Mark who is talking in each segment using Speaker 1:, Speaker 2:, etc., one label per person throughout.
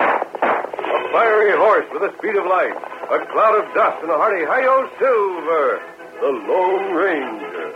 Speaker 1: A fiery horse with the speed of light, a cloud of dust, and a hearty hi-yo silver, the Lone Ranger.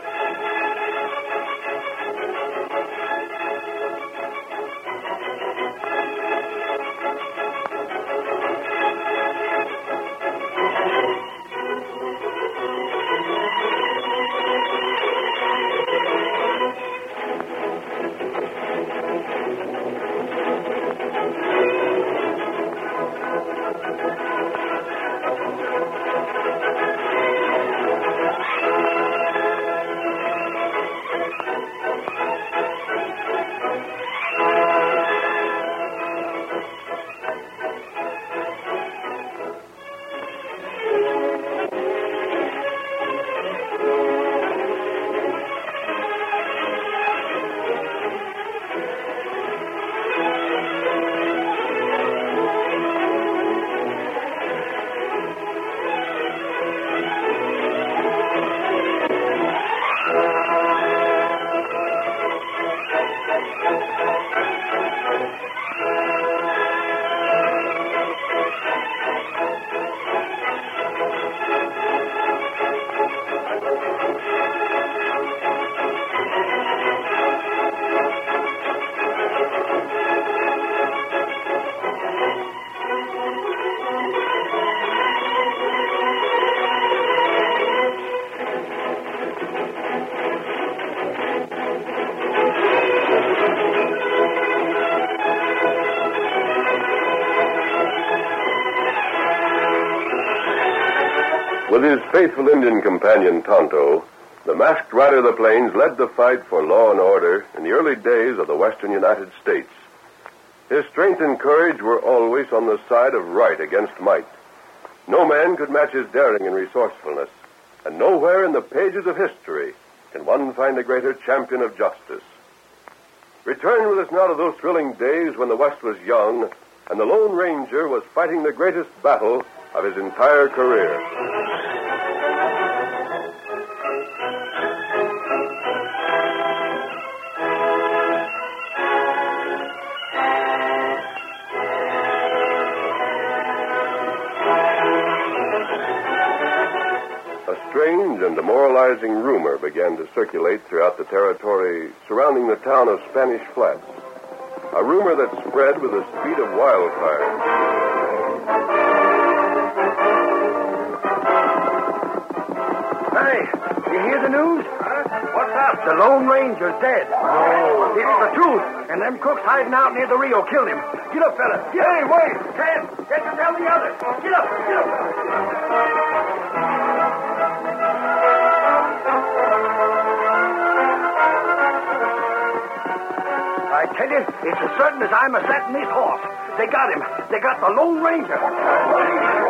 Speaker 1: With his faithful Indian companion Tonto, the masked rider of the plains led the fight for law and order in the early days of the western United States. His strength and courage were always on the side of right against might. No man could match his daring and resourcefulness, and nowhere in the pages of history can one find a greater champion of justice. Return with us now to those thrilling days when the West was young and the Lone Ranger was fighting the greatest battle of his entire career. A strange and demoralizing rumor began to circulate throughout the territory surrounding the town of Spanish Flats. A rumor that spread with the speed of wildfire.
Speaker 2: Hey, you hear the news? Huh? What's up? The Lone Ranger's dead. Oh. It's the truth. And them crooks hiding out near the Rio killed him. Get up, fella. Get hey, wait. Ted, get to tell the others. Get up, get up. I tell you, it's as certain as I'm a setting this horse. They got him. They got the Lone Ranger.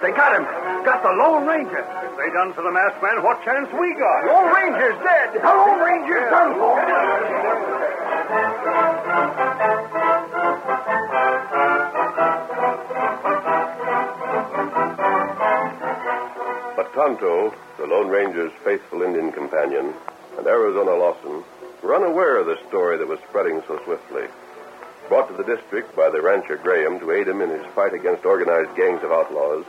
Speaker 2: They got him. Got the Lone Ranger. If they done for the masked man, what chance we got? Lone Ranger's dead. The Lone Ranger's done for.
Speaker 1: But Tonto, the Lone Ranger's faithful Indian companion, and Arizona Lawson were unaware of the story that was spreading so swiftly. Brought to the district by the rancher Graham to aid him in his fight against organized gangs of outlaws,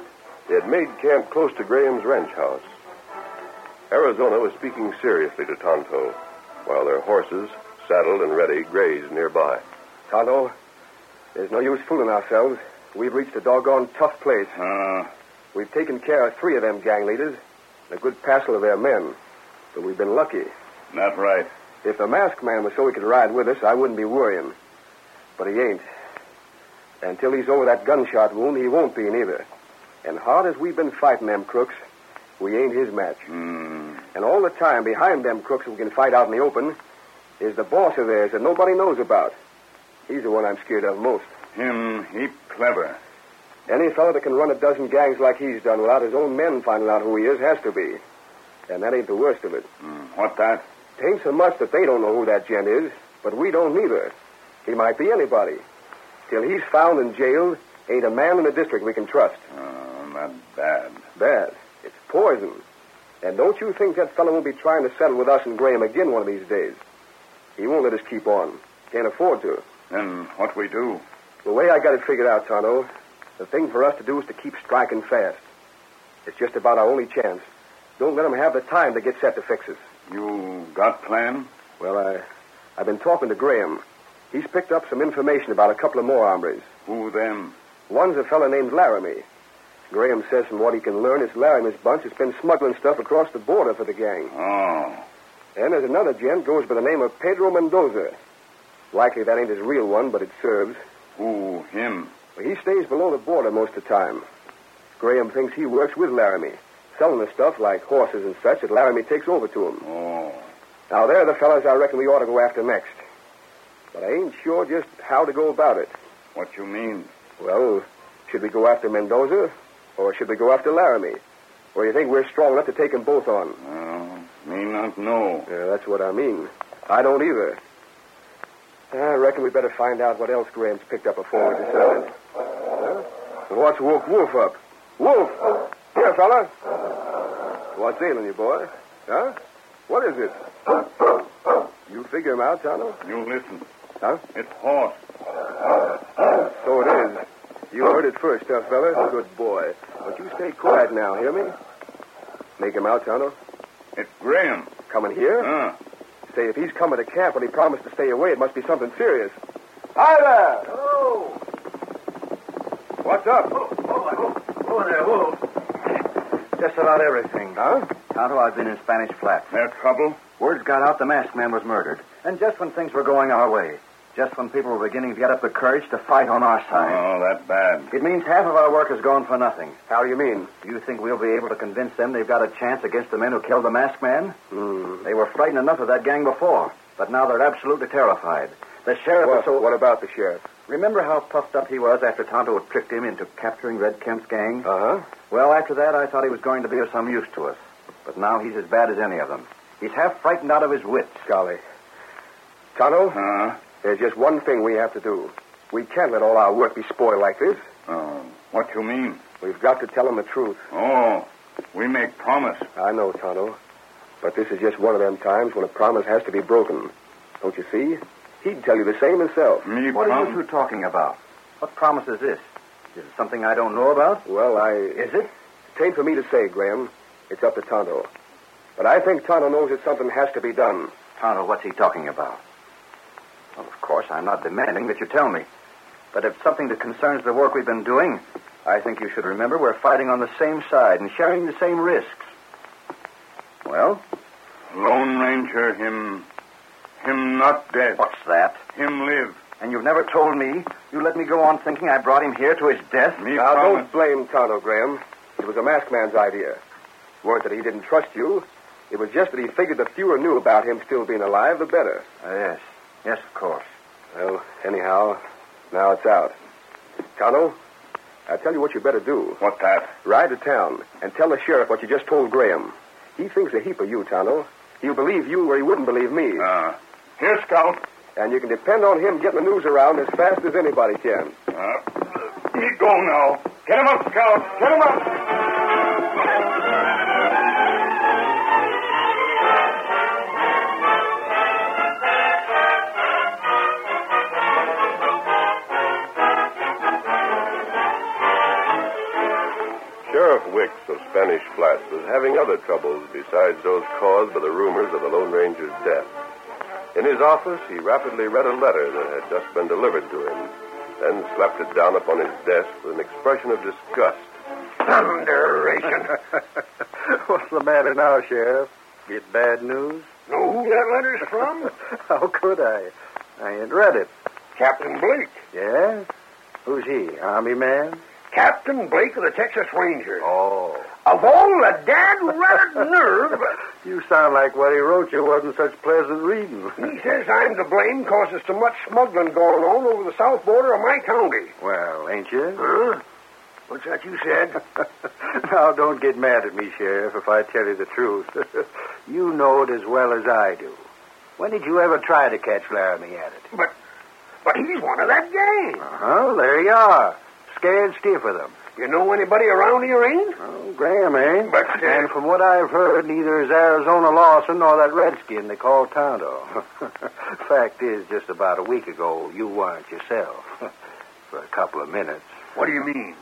Speaker 1: they had made camp close to Graham's ranch house. Arizona was speaking seriously to Tonto, while their horses, saddled and ready, grazed nearby.
Speaker 2: Tonto, there's no use fooling ourselves. We've reached a doggone tough place.
Speaker 3: Ah.
Speaker 2: We've taken care of three of them gang leaders and a good passel of their men. But we've been lucky.
Speaker 3: Not right.
Speaker 2: If the masked man was so he could ride with us, I wouldn't be worrying. But he ain't. Until he's over that gunshot wound, he won't be neither. And hard as we've been fighting them crooks,
Speaker 3: Hmm.
Speaker 2: we ain't his match. And all the time behind them crooks we can fight out in the open, is the boss of theirs that nobody knows about. He's the one I'm scared of most.
Speaker 3: Him heap clever.
Speaker 2: Any fellow that can run a dozen gangs like he's done without his own men finding out who he is has to be. And that ain't the worst of it.
Speaker 3: Mm, what that?
Speaker 2: Tain't so much that they don't know who that gent is, but we don't neither. He might be anybody. Till he's found and jailed, ain't a man in the district we can trust.
Speaker 3: Oh, not bad.
Speaker 2: Bad. It's poison. And don't you think that fellow will be trying to settle with us and Graham again one of these days? He won't let us keep on. Can't afford to.
Speaker 3: Then what we do?
Speaker 2: The way I got it figured out, Tonto, the thing for us to do is to keep striking fast. It's just about our only chance. Don't let 'em have the time to get set to fix us.
Speaker 3: You got plan?
Speaker 2: Well, I, I've been talking to Graham. He's picked up some information about a couple of more hombres.
Speaker 3: Who them?
Speaker 2: One's a fellow named Laramie. Graham says from what he can learn, it's Laramie's bunch has been smuggling stuff across the border for the gang.
Speaker 3: Oh,
Speaker 2: And there's another gent goes by the name of Pedro Mendoza. Likely that ain't his real one, but it serves.
Speaker 3: who him?
Speaker 2: But he stays below the border most of the time. Graham thinks he works with Laramie, selling the stuff like horses and such that Laramie takes over to him.
Speaker 3: Oh,
Speaker 2: Now, they're the fellas I reckon we ought to go after next. But I ain't sure just how to go about it.
Speaker 3: what you mean?
Speaker 2: Well, should we go after Mendoza, or should we go after Laramie? Or you think we're strong enough to take 'em both on?
Speaker 3: Oh, me not know.
Speaker 2: Yeah, that's what I mean. I don't either. I reckon we better find out what else Graham's picked up before we decide. Huh? What's woke Wolf up? Wolf! Here, fella. What's ailing you, boy? Huh? What is it? You figure him out, Tonto?
Speaker 3: You listen.
Speaker 2: Huh?
Speaker 3: It's horse.
Speaker 2: So it is. You heard it first, huh, fella? Good boy. But you stay quiet now, hear me? Make him out, Tonto?
Speaker 3: It's Graham.
Speaker 2: Coming here?
Speaker 1: Ah.
Speaker 3: Huh?
Speaker 2: Say, if he's coming to camp when he promised to stay away, it must be something serious. Hi there!
Speaker 1: Oh,
Speaker 2: What's up?
Speaker 1: oh, oh, there, Wolf.
Speaker 4: Just about everything.
Speaker 2: Huh?
Speaker 4: Tonto, I've been in Spanish Flat.
Speaker 3: Their trouble?
Speaker 4: Words got out the masked man was murdered. And just when things were going our way, just when people were beginning to get up the courage to fight on our side,
Speaker 3: Oh, that bad.
Speaker 4: it means half of our work is gone for nothing.
Speaker 2: How do you mean?
Speaker 4: Do you think we'll be able to convince them they've got a chance against the men who killed the masked man?
Speaker 2: Hmm.
Speaker 4: They were frightened enough of that gang before, but now they're absolutely terrified. The sheriff
Speaker 2: Well,
Speaker 4: is so.
Speaker 2: what about the sheriff?
Speaker 4: Remember how puffed up he was after Tonto had tricked him into capturing Red Kemp's gang?
Speaker 2: Uh-huh.
Speaker 4: Well, after that, I thought he was going to be of some use to us. But now he's as bad as any of them. He's half frightened out of his wits.
Speaker 2: Golly. Tonto,
Speaker 4: Uh-huh.
Speaker 3: Huh?
Speaker 2: there's just one thing we have to do. We can't let all our work be spoiled like this.
Speaker 3: Oh, what you mean?
Speaker 2: We've got to tell them the truth.
Speaker 3: Oh, we make promise.
Speaker 2: I know, Tonto. But this is just one of them times when a promise has to be broken. Don't you see? He'd tell you the same himself.
Speaker 3: Me
Speaker 4: What are
Speaker 3: promise.
Speaker 4: you two talking about? What promise is this? Is it something I don't know about?
Speaker 2: Well, I.
Speaker 4: Is it?
Speaker 2: Tain't for me to say, Graham. It's up to Tonto. But I think Tonto knows that something has to be done.
Speaker 4: Tonto, what's he talking about? Well, of course, I'm not demanding that you tell me. But if something that concerns the work we've been doing, I think you should remember we're fighting on the same side and sharing the same risks. Well,
Speaker 3: Lone Ranger, him. Him not dead.
Speaker 4: what's that?
Speaker 3: Him live.
Speaker 4: And you've never told me. You let me go on thinking I brought him here to his death.
Speaker 3: Me
Speaker 2: Now,
Speaker 3: promise.
Speaker 2: don't blame Tonto, Graham. It was a masked man's idea. It weren't that he didn't trust you. It was just that he figured the fewer knew about him still being alive, the better.
Speaker 4: Ah, yes, yes, of course.
Speaker 2: Well, anyhow, now it's out. Tonto, I'll tell you what you better do.
Speaker 3: What that?
Speaker 2: Ride to town and tell the sheriff what you just told Graham. He thinks a heap of you, Tonto. He'll believe you where he wouldn't believe me.
Speaker 3: Uh, here, Scout.
Speaker 2: And you can depend on him getting the news around as fast as anybody can.
Speaker 3: Uh, me go now. Get him up, Scout. Get him up.
Speaker 1: Sheriff Wicks of Spanish Flats was having other troubles besides those caused by the rumors of the Lone Ranger's death. In his office, he rapidly read a letter that had just been delivered to him, then slapped it down upon his desk with an expression of disgust.
Speaker 2: Thunderation. What's the matter now, Sheriff? Get bad news?
Speaker 1: Know who that letter's from?
Speaker 2: How could I? I ain't read it.
Speaker 1: Captain Blake.
Speaker 2: Yes? Who's he? Army man?
Speaker 1: Captain Blake of the Texas Ranger.
Speaker 2: Oh.
Speaker 4: Of all the dad-ratted nerve,
Speaker 2: You sound like what he wrote you wasn't such pleasant reading.
Speaker 4: he says I'm to blame because there's too much smuggling going on over the south border of my county.
Speaker 2: Well, ain't you?
Speaker 4: Huh? What's that you said?
Speaker 2: now, don't get mad at me, Sheriff, if I tell you the truth. you know it as well as I do. When did you ever try to catch Laramie at it?
Speaker 4: But, but he's one of that gang.
Speaker 2: Uh-huh, there you are. Scared stiff with him.
Speaker 4: You know anybody around here, ain't?
Speaker 2: Oh, Graham, eh?
Speaker 4: But, uh,
Speaker 2: And from what I've heard, neither is Arizona Lawson nor that redskin they call Tonto. Fact is, just about a week ago, you weren't yourself. For a couple of minutes.
Speaker 4: What do you mean?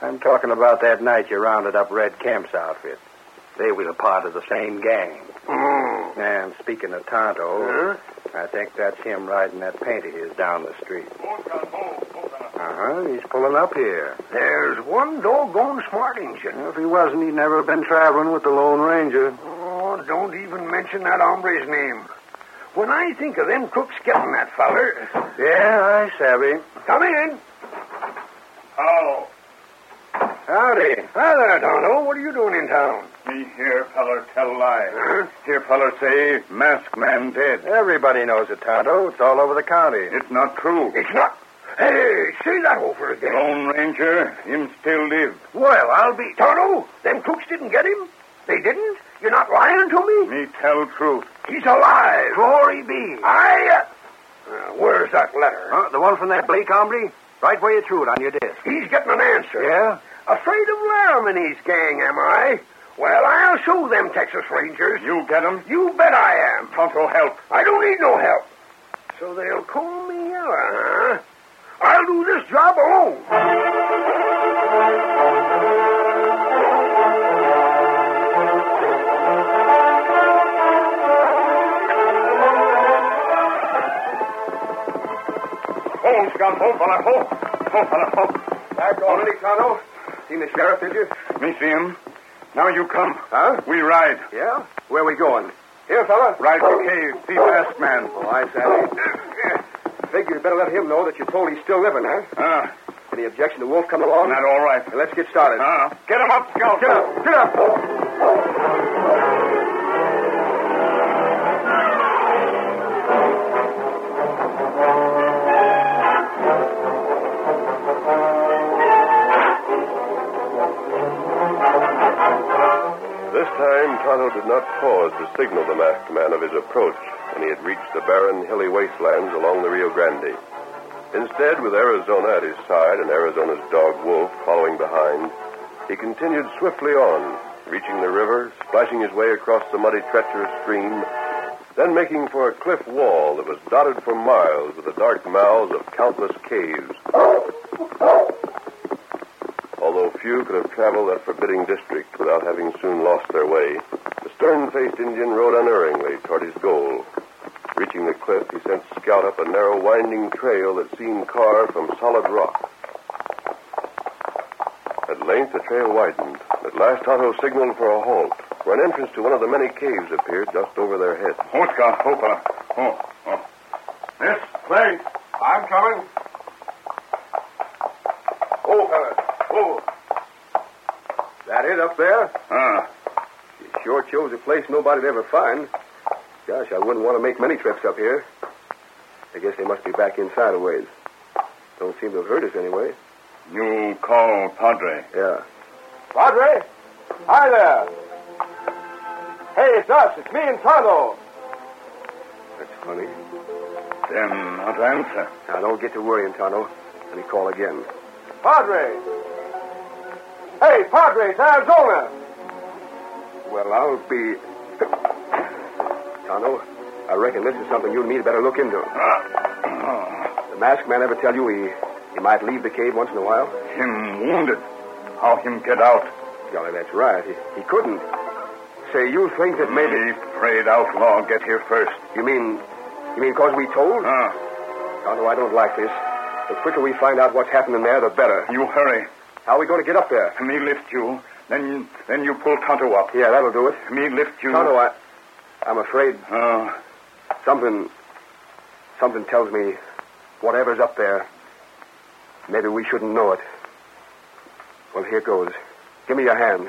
Speaker 2: I'm talking about that night you rounded up Red Kemp's outfit. They were a part of the same gang.
Speaker 4: Oh.
Speaker 2: And speaking of Tonto, I think that's him riding that paint of his down the street. Uh-huh, he's pulling up here.
Speaker 4: There's one doggone smart engine.
Speaker 2: If he wasn't, he'd never have been traveling with the Lone Ranger.
Speaker 4: Oh, don't even mention that hombre's name. When I think of them crooks getting that feller,
Speaker 2: Yeah, I savvy.
Speaker 4: come in.
Speaker 3: Hello.
Speaker 2: Howdy.
Speaker 4: Hi there, Tonto. What are you doing in town?
Speaker 3: Me hear feller tell lie. Hear feller say mask man dead.
Speaker 2: Everybody knows it, Tonto. It's all over the county.
Speaker 3: It's not true.
Speaker 4: It's not. Hey, say that over
Speaker 2: Oh,
Speaker 4: again.
Speaker 3: Lone Ranger, him still live.
Speaker 4: Well, I'll be. Tonto, them crooks didn't get him? They didn't? You're not lying to me?
Speaker 3: Me tell truth.
Speaker 4: He's alive. Glory be. I. Uh, uh, where's that letter?
Speaker 2: Huh? The one from that Blake hombre? Right where you threw it on your desk.
Speaker 4: He's getting an answer.
Speaker 2: Yeah?
Speaker 4: Afraid of Laramie's gang, am I? Well, I'll show them Texas Rangers.
Speaker 3: You get him?
Speaker 4: You bet I am.
Speaker 3: Tonto help.
Speaker 4: I don't need no help. So they'll call me Ella, huh? I'll do this job alone.
Speaker 2: Oh,
Speaker 3: Hold, Scout. Hold, fella. Hold. Hold, fella. Hold.
Speaker 2: Back already, Tonto? Seen the sheriff, did you?
Speaker 3: Me see him. Now you come.
Speaker 2: Huh?
Speaker 3: We ride.
Speaker 2: Yeah? Where we going? Here, fella.
Speaker 3: Ride to cave. See mask man.
Speaker 2: Oh, I savvy. Figure you better let him know that you're told he's still living, huh?
Speaker 3: Ah,
Speaker 2: Any objection to Wolf coming along?
Speaker 3: not all right.
Speaker 2: Let's Uh-huh. get started.
Speaker 3: Ah, get him up, Scout.
Speaker 2: Get up! Get up!
Speaker 1: This time, Tonto did not pause to signal the masked man of his approach when he had reached the barren, hilly wastelands along the Rio Grande. Instead, with Arizona at his side and Arizona's dog Wolf following behind, he continued swiftly on, reaching the river, splashing his way across the muddy, treacherous stream, then making for a cliff wall that was dotted for miles with the dark mouths of countless caves. Although few could have traveled that forbidding district without having soon lost their way, the stern-faced Indian rode unerringly toward his goal. Reaching the cliff, he sent Scout up a narrow, winding trail that seemed carved from solid rock. At length, the trail widened. At last, Tonto signaled for a halt, where an entrance to one of the many caves appeared just over their heads.
Speaker 3: Hold, Scout. Hold, fella. Oh, oh. This place. I'm coming.
Speaker 4: Oh, fella.
Speaker 3: Oh.
Speaker 2: That it up there?
Speaker 3: Ah.
Speaker 2: You sure chose a place nobody'd ever find. Gosh, I wouldn't want to make many trips up here. I guess they must be back inside a ways. Don't seem to have hurt us anyway.
Speaker 3: You call Padre.
Speaker 2: Yeah. Padre? Hi there. Hey, it's us. It's me and Tonto. That's funny.
Speaker 3: Then not answer.
Speaker 2: Now, don't get to worrying, Tonto. Let me call again. Padre! Hey, Padre, it's Arizona! Well, I'll be. Tonto, I reckon this is something you and me better look into. The masked man ever tell you he, he might leave the cave once in a while?
Speaker 3: Him wounded. How him get out?
Speaker 2: Golly, that's right. He, he couldn't. Say, you think that maybe.
Speaker 3: Me afraid outlaw get here first.
Speaker 2: You mean. You mean because we told?
Speaker 3: Ah,
Speaker 2: Tonto, I don't like this. The quicker we find out what's happening there, the better.
Speaker 3: you hurry.
Speaker 2: How are we going to get up there?
Speaker 3: Me lift you. Then then you pull Tonto up.
Speaker 2: Yeah, that'll do it.
Speaker 3: Me lift you.
Speaker 2: Tonto, I, I'm afraid
Speaker 3: Oh,
Speaker 2: something, something tells me whatever's up there, maybe we shouldn't know it. Well, here goes. Give me your hand.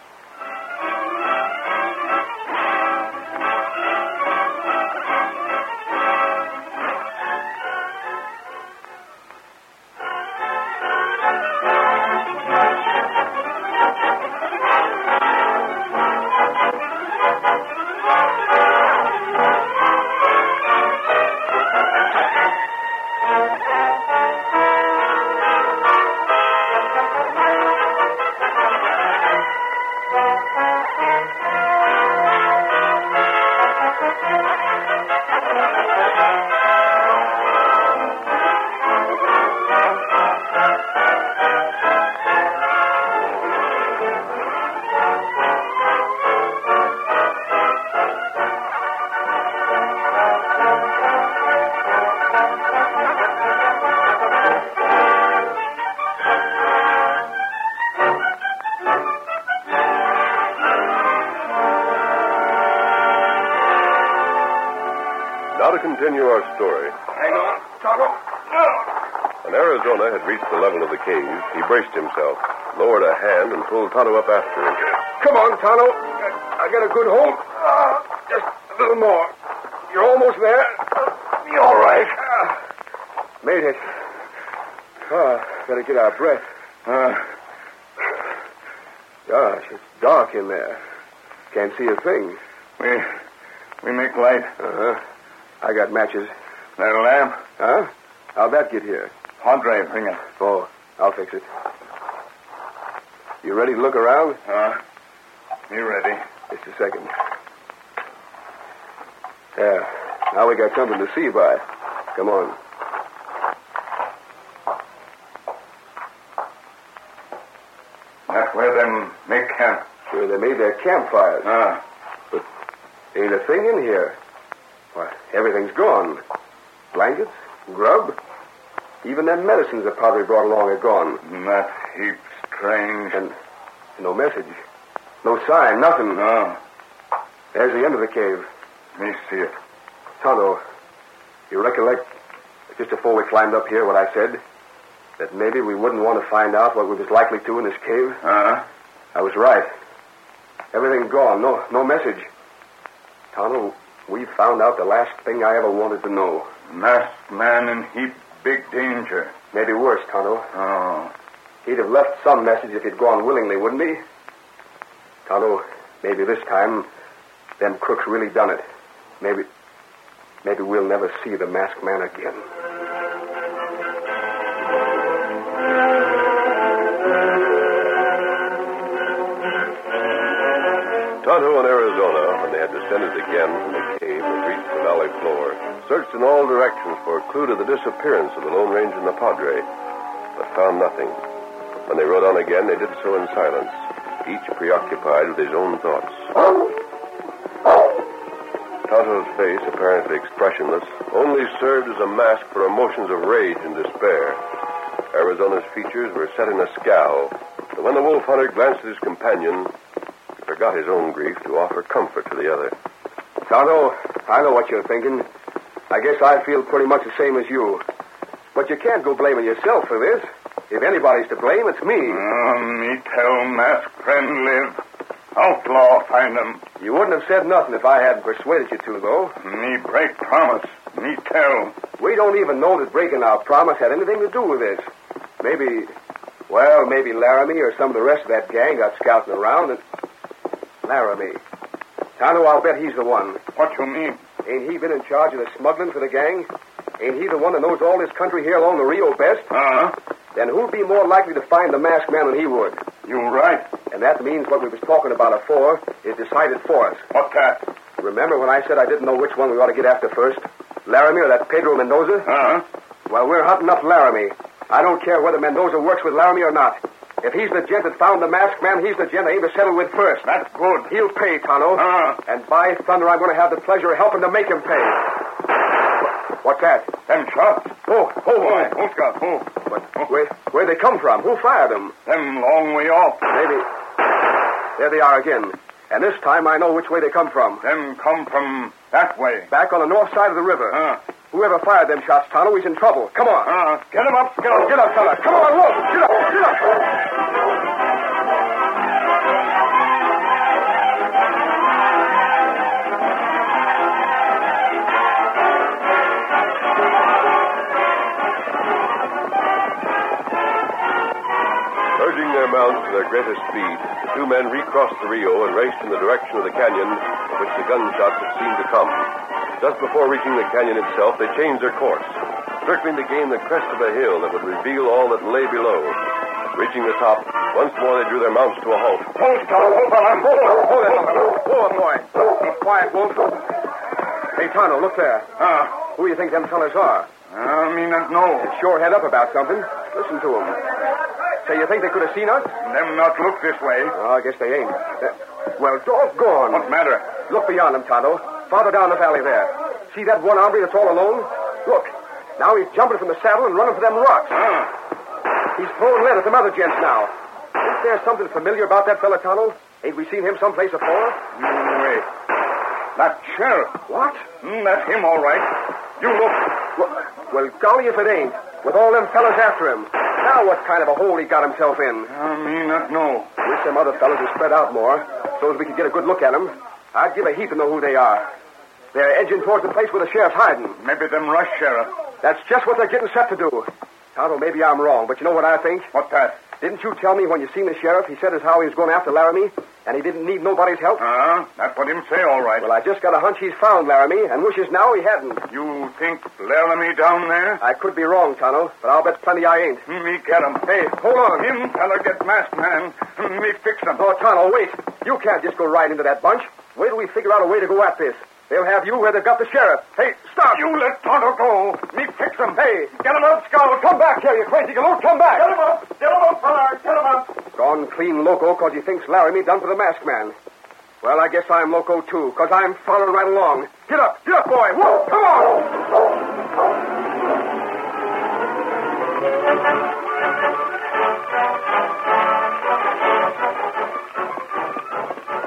Speaker 1: Now to continue our story.
Speaker 2: Hang on.
Speaker 1: When Arizona had reached the level of the cave, he braced himself, lowered a hand, and pulled Tonto up after him.
Speaker 2: Come on, Tonto. I got a good hold. Ah, just a little more. You're almost there. Be all right. Made it. Ah, gotta get our breath. Ah. Gosh, it's dark in there. Can't see a thing.
Speaker 3: We, we make light.
Speaker 2: Uh-huh. I got matches.
Speaker 3: That lamp,
Speaker 2: Huh? How'd that get here?
Speaker 3: Padre, bring it.
Speaker 2: Oh, I'll fix it. You ready to look around?
Speaker 3: Uh, you ready?
Speaker 2: Just a second. Yeah, now we got something to see by. Come on.
Speaker 3: That's where them make camp.
Speaker 2: Sure, they made their campfires.
Speaker 3: Ah,
Speaker 2: Ain't a thing in here. Why, everything's gone. Blankets, grub, even them medicines that Padre brought along are gone.
Speaker 3: that's heap strange.
Speaker 2: And no message. No sign, nothing.
Speaker 3: No,
Speaker 2: There's the end of the cave.
Speaker 3: oh, me see it.
Speaker 2: Tonto, you recollect just before we climbed up here what I said? That maybe we wouldn't want to find out what we was likely to in this cave?
Speaker 3: Uh,
Speaker 2: I was right. Everything gone. No, no message. Tonto, we found out the last thing I ever wanted to know.
Speaker 3: masked man in heap big danger.
Speaker 2: Maybe worse, Tonto.
Speaker 3: Oh,
Speaker 2: He'd have left some message if he'd gone willingly, wouldn't he? Tonto, maybe this time, them crooks really done it. Maybe, maybe we'll never see the masked man again.
Speaker 1: Tonto and Arizona, when they had descended again from the cave and reached the valley floor, searched in all directions for a clue to the disappearance of the Lone Ranger and the Padre, but found nothing. When they rode on again, they did so in silence, each preoccupied with his own thoughts. Tonto's face, apparently expressionless, only served as a mask for emotions of rage and despair. Arizona's features were set in a scowl, but when the wolf hunter glanced at his companion, he forgot his own grief to offer comfort to the other.
Speaker 2: Tonto, I know what you're thinking. I guess I feel pretty much the same as you. But you can't go blaming yourself for this. If anybody's to blame, it's me.
Speaker 3: oh me tell masked friend live. Outlaw find him.
Speaker 2: You wouldn't have said nothing if I hadn't persuaded you to, though.
Speaker 3: Me break promise. Me tell.
Speaker 2: We don't even know that breaking our promise had anything to do with this. Maybe, well, maybe Laramie or some of the rest of that gang got scouting around and. Laramie. Tonto, I'll bet he's the one.
Speaker 3: What you mean?
Speaker 2: Ain't he been in charge of the smuggling for the gang? Ain't he the one that knows all this country here along the Rio best?
Speaker 3: Uh,
Speaker 2: Then who'd be more likely to find the masked man than he would?
Speaker 3: you right.
Speaker 2: And that means what we was talking about afore is decided for us.
Speaker 3: What that?
Speaker 2: Remember when I said I didn't know which one we ought to get after first? Laramie or that Pedro Mendoza?
Speaker 3: Uh,
Speaker 2: Well, we're hunting up Laramie. I don't care whether Mendoza works with Laramie or not. If he's the gent that found the masked man, he's the gent I aim to settle with first.
Speaker 3: that's good.
Speaker 2: He'll pay, Tonto.
Speaker 3: Uh.
Speaker 2: And by thunder, I'm going to have the pleasure of helping to make him pay. What's that?
Speaker 3: Them shots.
Speaker 2: Oh, oh, boy.
Speaker 3: Who's got who?
Speaker 2: Where, where'd they come from? Who fired them?
Speaker 3: Oh, Them long way off.
Speaker 2: Maybe. There they are again. And this time I know which way they come from.
Speaker 3: Them come from that way.
Speaker 2: Back on the north side of the river.
Speaker 3: Uh,
Speaker 2: Whoever fired them shots, Tonto, he's in trouble. Come on.
Speaker 3: Uh, get him up, Skip.
Speaker 2: Get up, fella. Come on, look. Get up. Get up.
Speaker 1: Urging their mounts to their greatest speed, the two men recrossed the Rio and raced in the direction of the canyon from which the gunshots had seemed to come. Just before reaching the canyon itself, they changed their course, circling to gain the crest of a hill that would reveal all that lay below. Reaching the top, once more they drew their mounts to a halt.
Speaker 3: Hold, Tonto. Hold, fella.
Speaker 2: Hold it, Hold it, boy. Be quiet, Wolf. Hey, Tonto, look there.
Speaker 3: Uh,
Speaker 2: Who do you think them fellas are?
Speaker 3: I mean, not know.
Speaker 2: Sure head up about something. Listen to them. Say, you think they could have seen us?
Speaker 3: Them not look this way.
Speaker 2: Oh, I guess they ain't. Uh, well, doggone.
Speaker 3: What matter?
Speaker 2: Look beyond them, Tonto. Farther down the valley there. See that one hombre that's all alone? Look. Now he's jumping from the saddle and running for them rocks.
Speaker 3: Uh,
Speaker 2: He's throwing lead at them other gents now. Ain't there something familiar about that fella, Tonto? Ain't we seen him someplace before?
Speaker 3: mm, wait. That sheriff.
Speaker 2: What?
Speaker 3: Mm, that's him, all right. You look.
Speaker 2: Well, well, golly if it ain't. With all them fellas after him. Now what kind of a hole he got himself in.
Speaker 3: I mean, uh, not know.
Speaker 2: Wish them other fellas were spread out more, so as we could get a good look at them. I'd give a heap to know who they are. They're edging towards the place where the sheriff's hiding.
Speaker 3: Maybe them rush sheriff.
Speaker 2: That's just what they're getting set to do. Tonto, maybe I'm wrong, but you know what I think?
Speaker 3: What that?
Speaker 2: Didn't you tell me when you seen the sheriff, he said as how he was going after Laramie, and he didn't need nobody's help?
Speaker 3: Uh, that's what him say, all right.
Speaker 2: Well, I just got a hunch he's found Laramie, and wishes now he hadn't.
Speaker 3: You think Laramie down there? Hmm,
Speaker 2: I could be wrong, Tonto, but I'll bet plenty I ain't.
Speaker 3: Me get him.
Speaker 2: Hey, hold on.
Speaker 3: Him fella get masked man. Hmm, Me fix him.
Speaker 2: Oh, Tonto, wait. You can't just go right into that bunch. Wait till we figure out a way to go at this. They'll have you where they've got the sheriff. Hey, stop!
Speaker 3: You let Tonto go. Me fix him.
Speaker 2: Hey,
Speaker 3: Get him up, Scout.
Speaker 2: come back here, you crazy galoot. Come back.
Speaker 3: him up. Get him up, fella. Get him up.
Speaker 2: Gone clean loco because he thinks Laramie done for the masked man. Well, I guess I'm loco, too, because I'm following right along. Get up, get up, boy. Whoa, come on.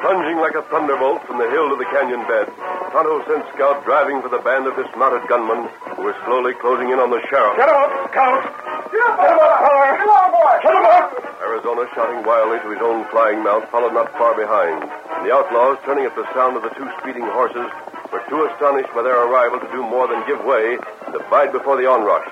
Speaker 1: Plunging like a thunderbolt from the hill to the canyon bed, Tonto sent Scout driving for the band of dismounted gunmen who were slowly closing in on the sheriff.
Speaker 3: Get him up, Scout. Get him up, fella. Come on, boy. Get him up.
Speaker 1: Arizona, shouting wildly to his own flying mount, followed not far behind. And the outlaws, turning at the sound of the two speeding horses, were too astonished by their arrival to do more than give way and abide before the onrush.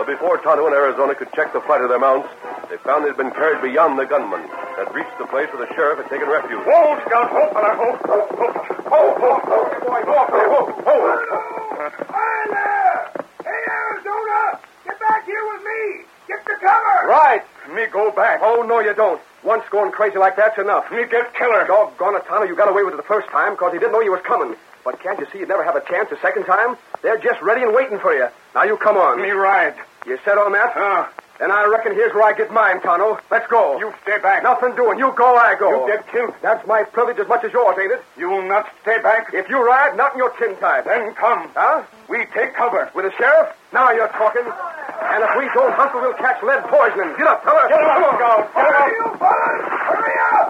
Speaker 1: But before Tonto and Arizona could check the flight of their mounts, they found they'd been carried beyond the gunmen, had reached the place where the sheriff had taken refuge.
Speaker 3: Hold, Scout. Hold, fella. Hold. Hold, hold. Hold, hold. Hold, boy. Hold, hold. Hold.
Speaker 5: Hi there! Hey, Arizona! Get back here with me! Get to cover!
Speaker 2: Right.
Speaker 3: Me go back.
Speaker 2: Oh, no, you don't. Once going crazy like that's enough.
Speaker 3: Me get killer.
Speaker 2: Doggone it, Tonto, you got away with it the first time because he didn't know you was coming. But can't you see you'd never have a chance the second time? They're just ready and waiting for you. Now you come on.
Speaker 3: Me ride.
Speaker 2: You set on that?
Speaker 3: Uh,
Speaker 2: Then I reckon here's where I get mine, Tonto. Let's go.
Speaker 3: you stay back.
Speaker 2: Nothing doing. You go, I go.
Speaker 3: You get killed.
Speaker 2: That's my privilege as much as yours, ain't it?
Speaker 3: You not stay back.
Speaker 2: If you ride, not in your tin tie.
Speaker 3: Then come.
Speaker 2: Huh?
Speaker 3: We take cover.
Speaker 2: With the sheriff? Now you're talking. And if we don't hustle, we'll catch lead poisoning. Get up, fella.
Speaker 3: Get up, Scout. Get up.
Speaker 5: You fellas! Hurry up!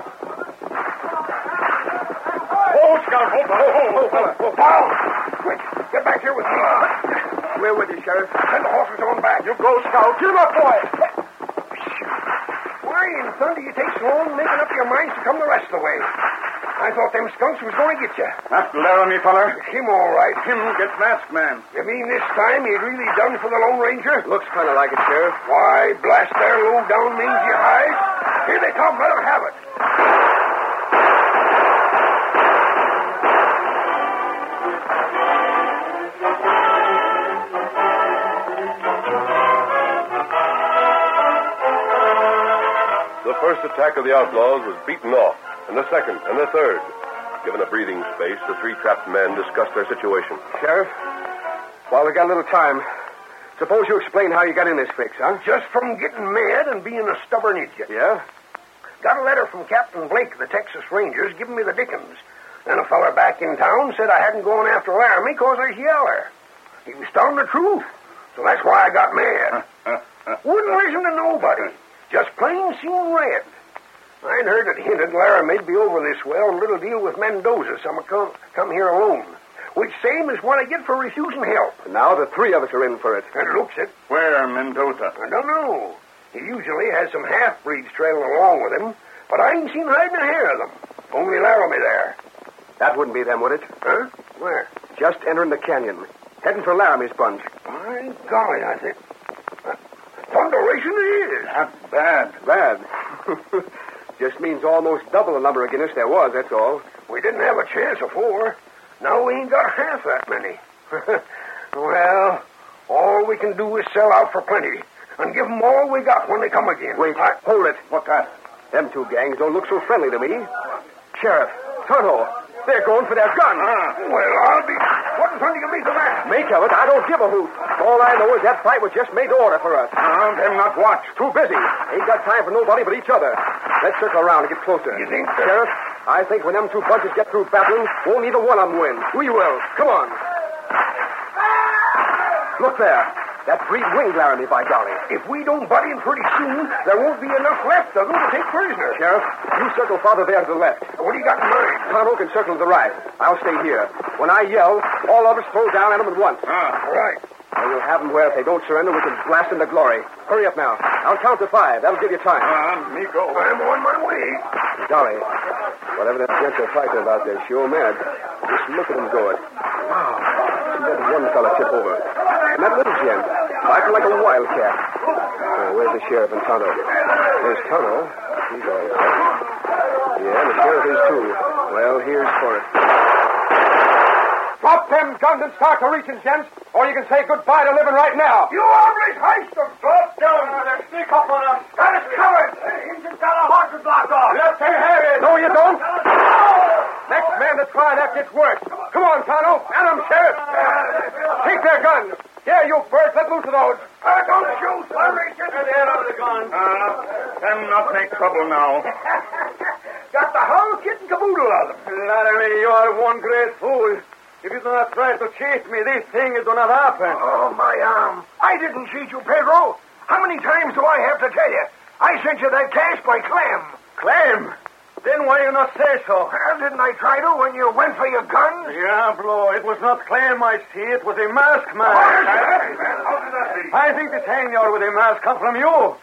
Speaker 3: Hold, Scout. Hold, hold, hold, hold, hold. Down.
Speaker 5: Quick, get back here with me.
Speaker 2: We're with you, Sheriff.
Speaker 3: Send the horses on back. You go,
Speaker 2: Now, get him up, boy.
Speaker 5: Why in thunder you take so long making up your minds to come the rest of the way? I thought them skunks was going to get you.
Speaker 3: After Laramie, feller.
Speaker 5: Him all right.
Speaker 3: Him get masked man.
Speaker 5: You mean this time he really done for the Lone Ranger?
Speaker 2: Looks kind of like it, Sheriff.
Speaker 5: Why, blast their low-down mangy hides. Here they come. Let 'em have it.
Speaker 1: The first attack of the outlaws was beaten off, and the second, and the third. Given a breathing space, the three trapped men discussed their situation.
Speaker 2: Sheriff, while we got a little time, suppose you explain how you got in this fix, huh?
Speaker 5: Just from getting mad and being a stubborn idiot.
Speaker 2: Yeah?
Speaker 5: Got a letter from Captain Blake, the Texas Rangers, giving me the dickens. Then a feller back in town said I hadn't gone after Laramie 'cause I yeller. He was telling the truth, so that's why I got mad. Wouldn't listen to nobody. Just plain seen red. I'd heard it hinted Laramie'd be over this well and little deal with Mendoza, some come, come here alone.
Speaker 4: which same is what I get for refusing help.
Speaker 2: Now the three of us are in for it.
Speaker 4: And looks it.
Speaker 3: Where, Mendoza?
Speaker 4: I don't know. He usually has some half breeds trailing along with him, but I ain't seen hide nor hair of them. Only Laramie there.
Speaker 2: That wouldn't be them, would it?
Speaker 4: Huh? Where?
Speaker 2: Just entering the canyon. Heading for Laramie's bunch.
Speaker 4: By golly, I think. Thunderation it is.
Speaker 3: Not bad.
Speaker 2: Bad. Just means almost double the number of Guinness there was, that's all.
Speaker 4: We didn't have a chance before. Now we ain't got half that many. well, all we can do is sell out for plenty and give 'em all we got when they come again.
Speaker 2: Wait,
Speaker 4: I-
Speaker 2: hold it.
Speaker 3: What that?
Speaker 2: Them two gangs don't look so friendly to me. Sheriff, Tonto, they're going for their gun.
Speaker 4: well, I'll be. What in thunder you mean to that?
Speaker 2: Make of it, I don't give a hoot. All I know is that fight was just made to order for us.
Speaker 3: Now, them not watch.
Speaker 2: Too busy. Ain't got time for nobody but each other. Let's circle around and get closer.
Speaker 4: You think so?
Speaker 2: Sheriff, I think when them two bunches get through battling, won't either one of them win. We will. Come on. Look there. That breed winged Laramie, by golly.
Speaker 4: If we don't butt in pretty soon, there won't be enough left of them to take prisoner.
Speaker 2: Sheriff, you circle farther there to the left.
Speaker 4: What do you got in mind?
Speaker 2: Tonto can circle to the right. I'll stay here. When I yell, all of us throw down at them at once.
Speaker 3: Ah,
Speaker 4: All right.
Speaker 2: And we'll have them where if they don't surrender, we can blast them to glory. Hurry up now. I'll count to five. That'll give you time.
Speaker 3: ah, me go.
Speaker 4: I'm on my way.
Speaker 2: Golly, whatever the gents are fighting about, they're sure mad. Just look at them go it. Wow. She let one fella tip over. And that little gent, fighting like a wildcat. Oh, where's the sheriff and Tonto? There's Tonto. He's all right. Yeah, and the sheriff is too. Well, here's for it. Drop them guns and start to reaching, gents, or you can say goodbye to living right now.
Speaker 4: You always heist them. Drop down. They sneak up on us. Got us covered. Engine got a hard to block off.
Speaker 2: Let them have it. No, you don't. Next man to try that gets worse. Come on, Tonto. At 'em, Sheriff. Take their guns. Yeah, you birds, let loose of those.
Speaker 4: don't shoot. Hurry, get the head out of the gun.
Speaker 3: Ah, them not make trouble now.
Speaker 4: Got the whole kit and caboodle of them.
Speaker 2: Laramie, you are one great fool. If you do not try to chase me, these things do not happen.
Speaker 4: Oh, my arm. I didn't cheat you, Pedro. How many times do I have to tell you? I sent you that cash by clam.
Speaker 2: Clam. Then why you not say so?
Speaker 4: Well, didn't I try to when you went for your gun?
Speaker 2: Diablo, it was not Clam I see. It was a masked I think the senor with a mask come from you.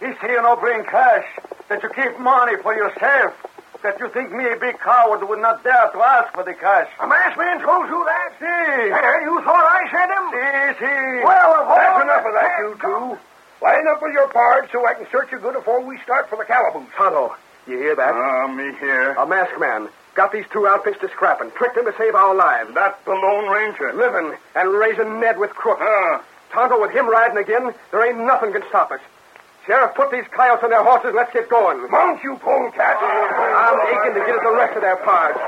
Speaker 2: He say you no bring cash, that you keep money for yourself, that you think me a big coward would not dare to ask for the cash.
Speaker 4: A masked man told you that?
Speaker 2: See, si.
Speaker 4: Eh, you thought I sent him?
Speaker 2: si, si.
Speaker 4: Well, of all
Speaker 2: That's enough of that,
Speaker 4: you two. Line up with your pards so I can search you good before we start for the calaboose.
Speaker 2: Tonto, you hear that?
Speaker 3: Ah, me here.
Speaker 2: A masked man got these two outfits to scrapping, tricked them to save our lives.
Speaker 3: That the Lone Ranger.
Speaker 2: Living and raising Ned with Crook.
Speaker 3: Ah,
Speaker 2: Tonto with him riding again, there ain't nothing can stop us. Sheriff, put these coyotes on their horses and let's get going.
Speaker 4: Mount, you polecat.
Speaker 2: I'm aching to get at the rest of their parts.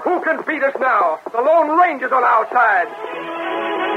Speaker 2: Who can beat us now? The Lone Ranger's on our side.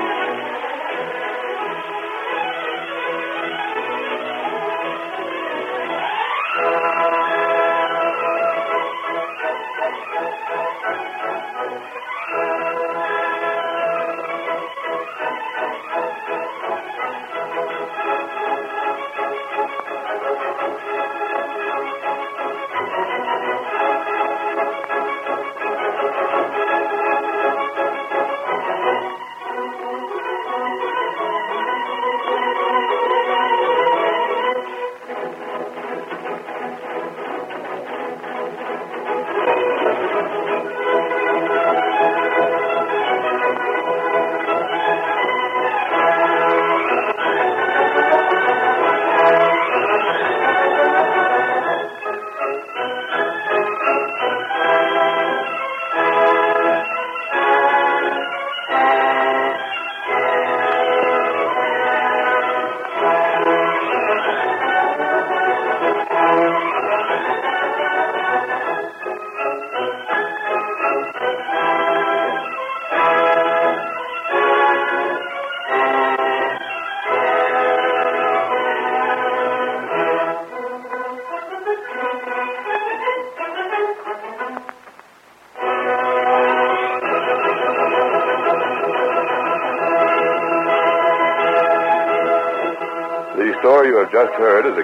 Speaker 1: The story you have just heard is a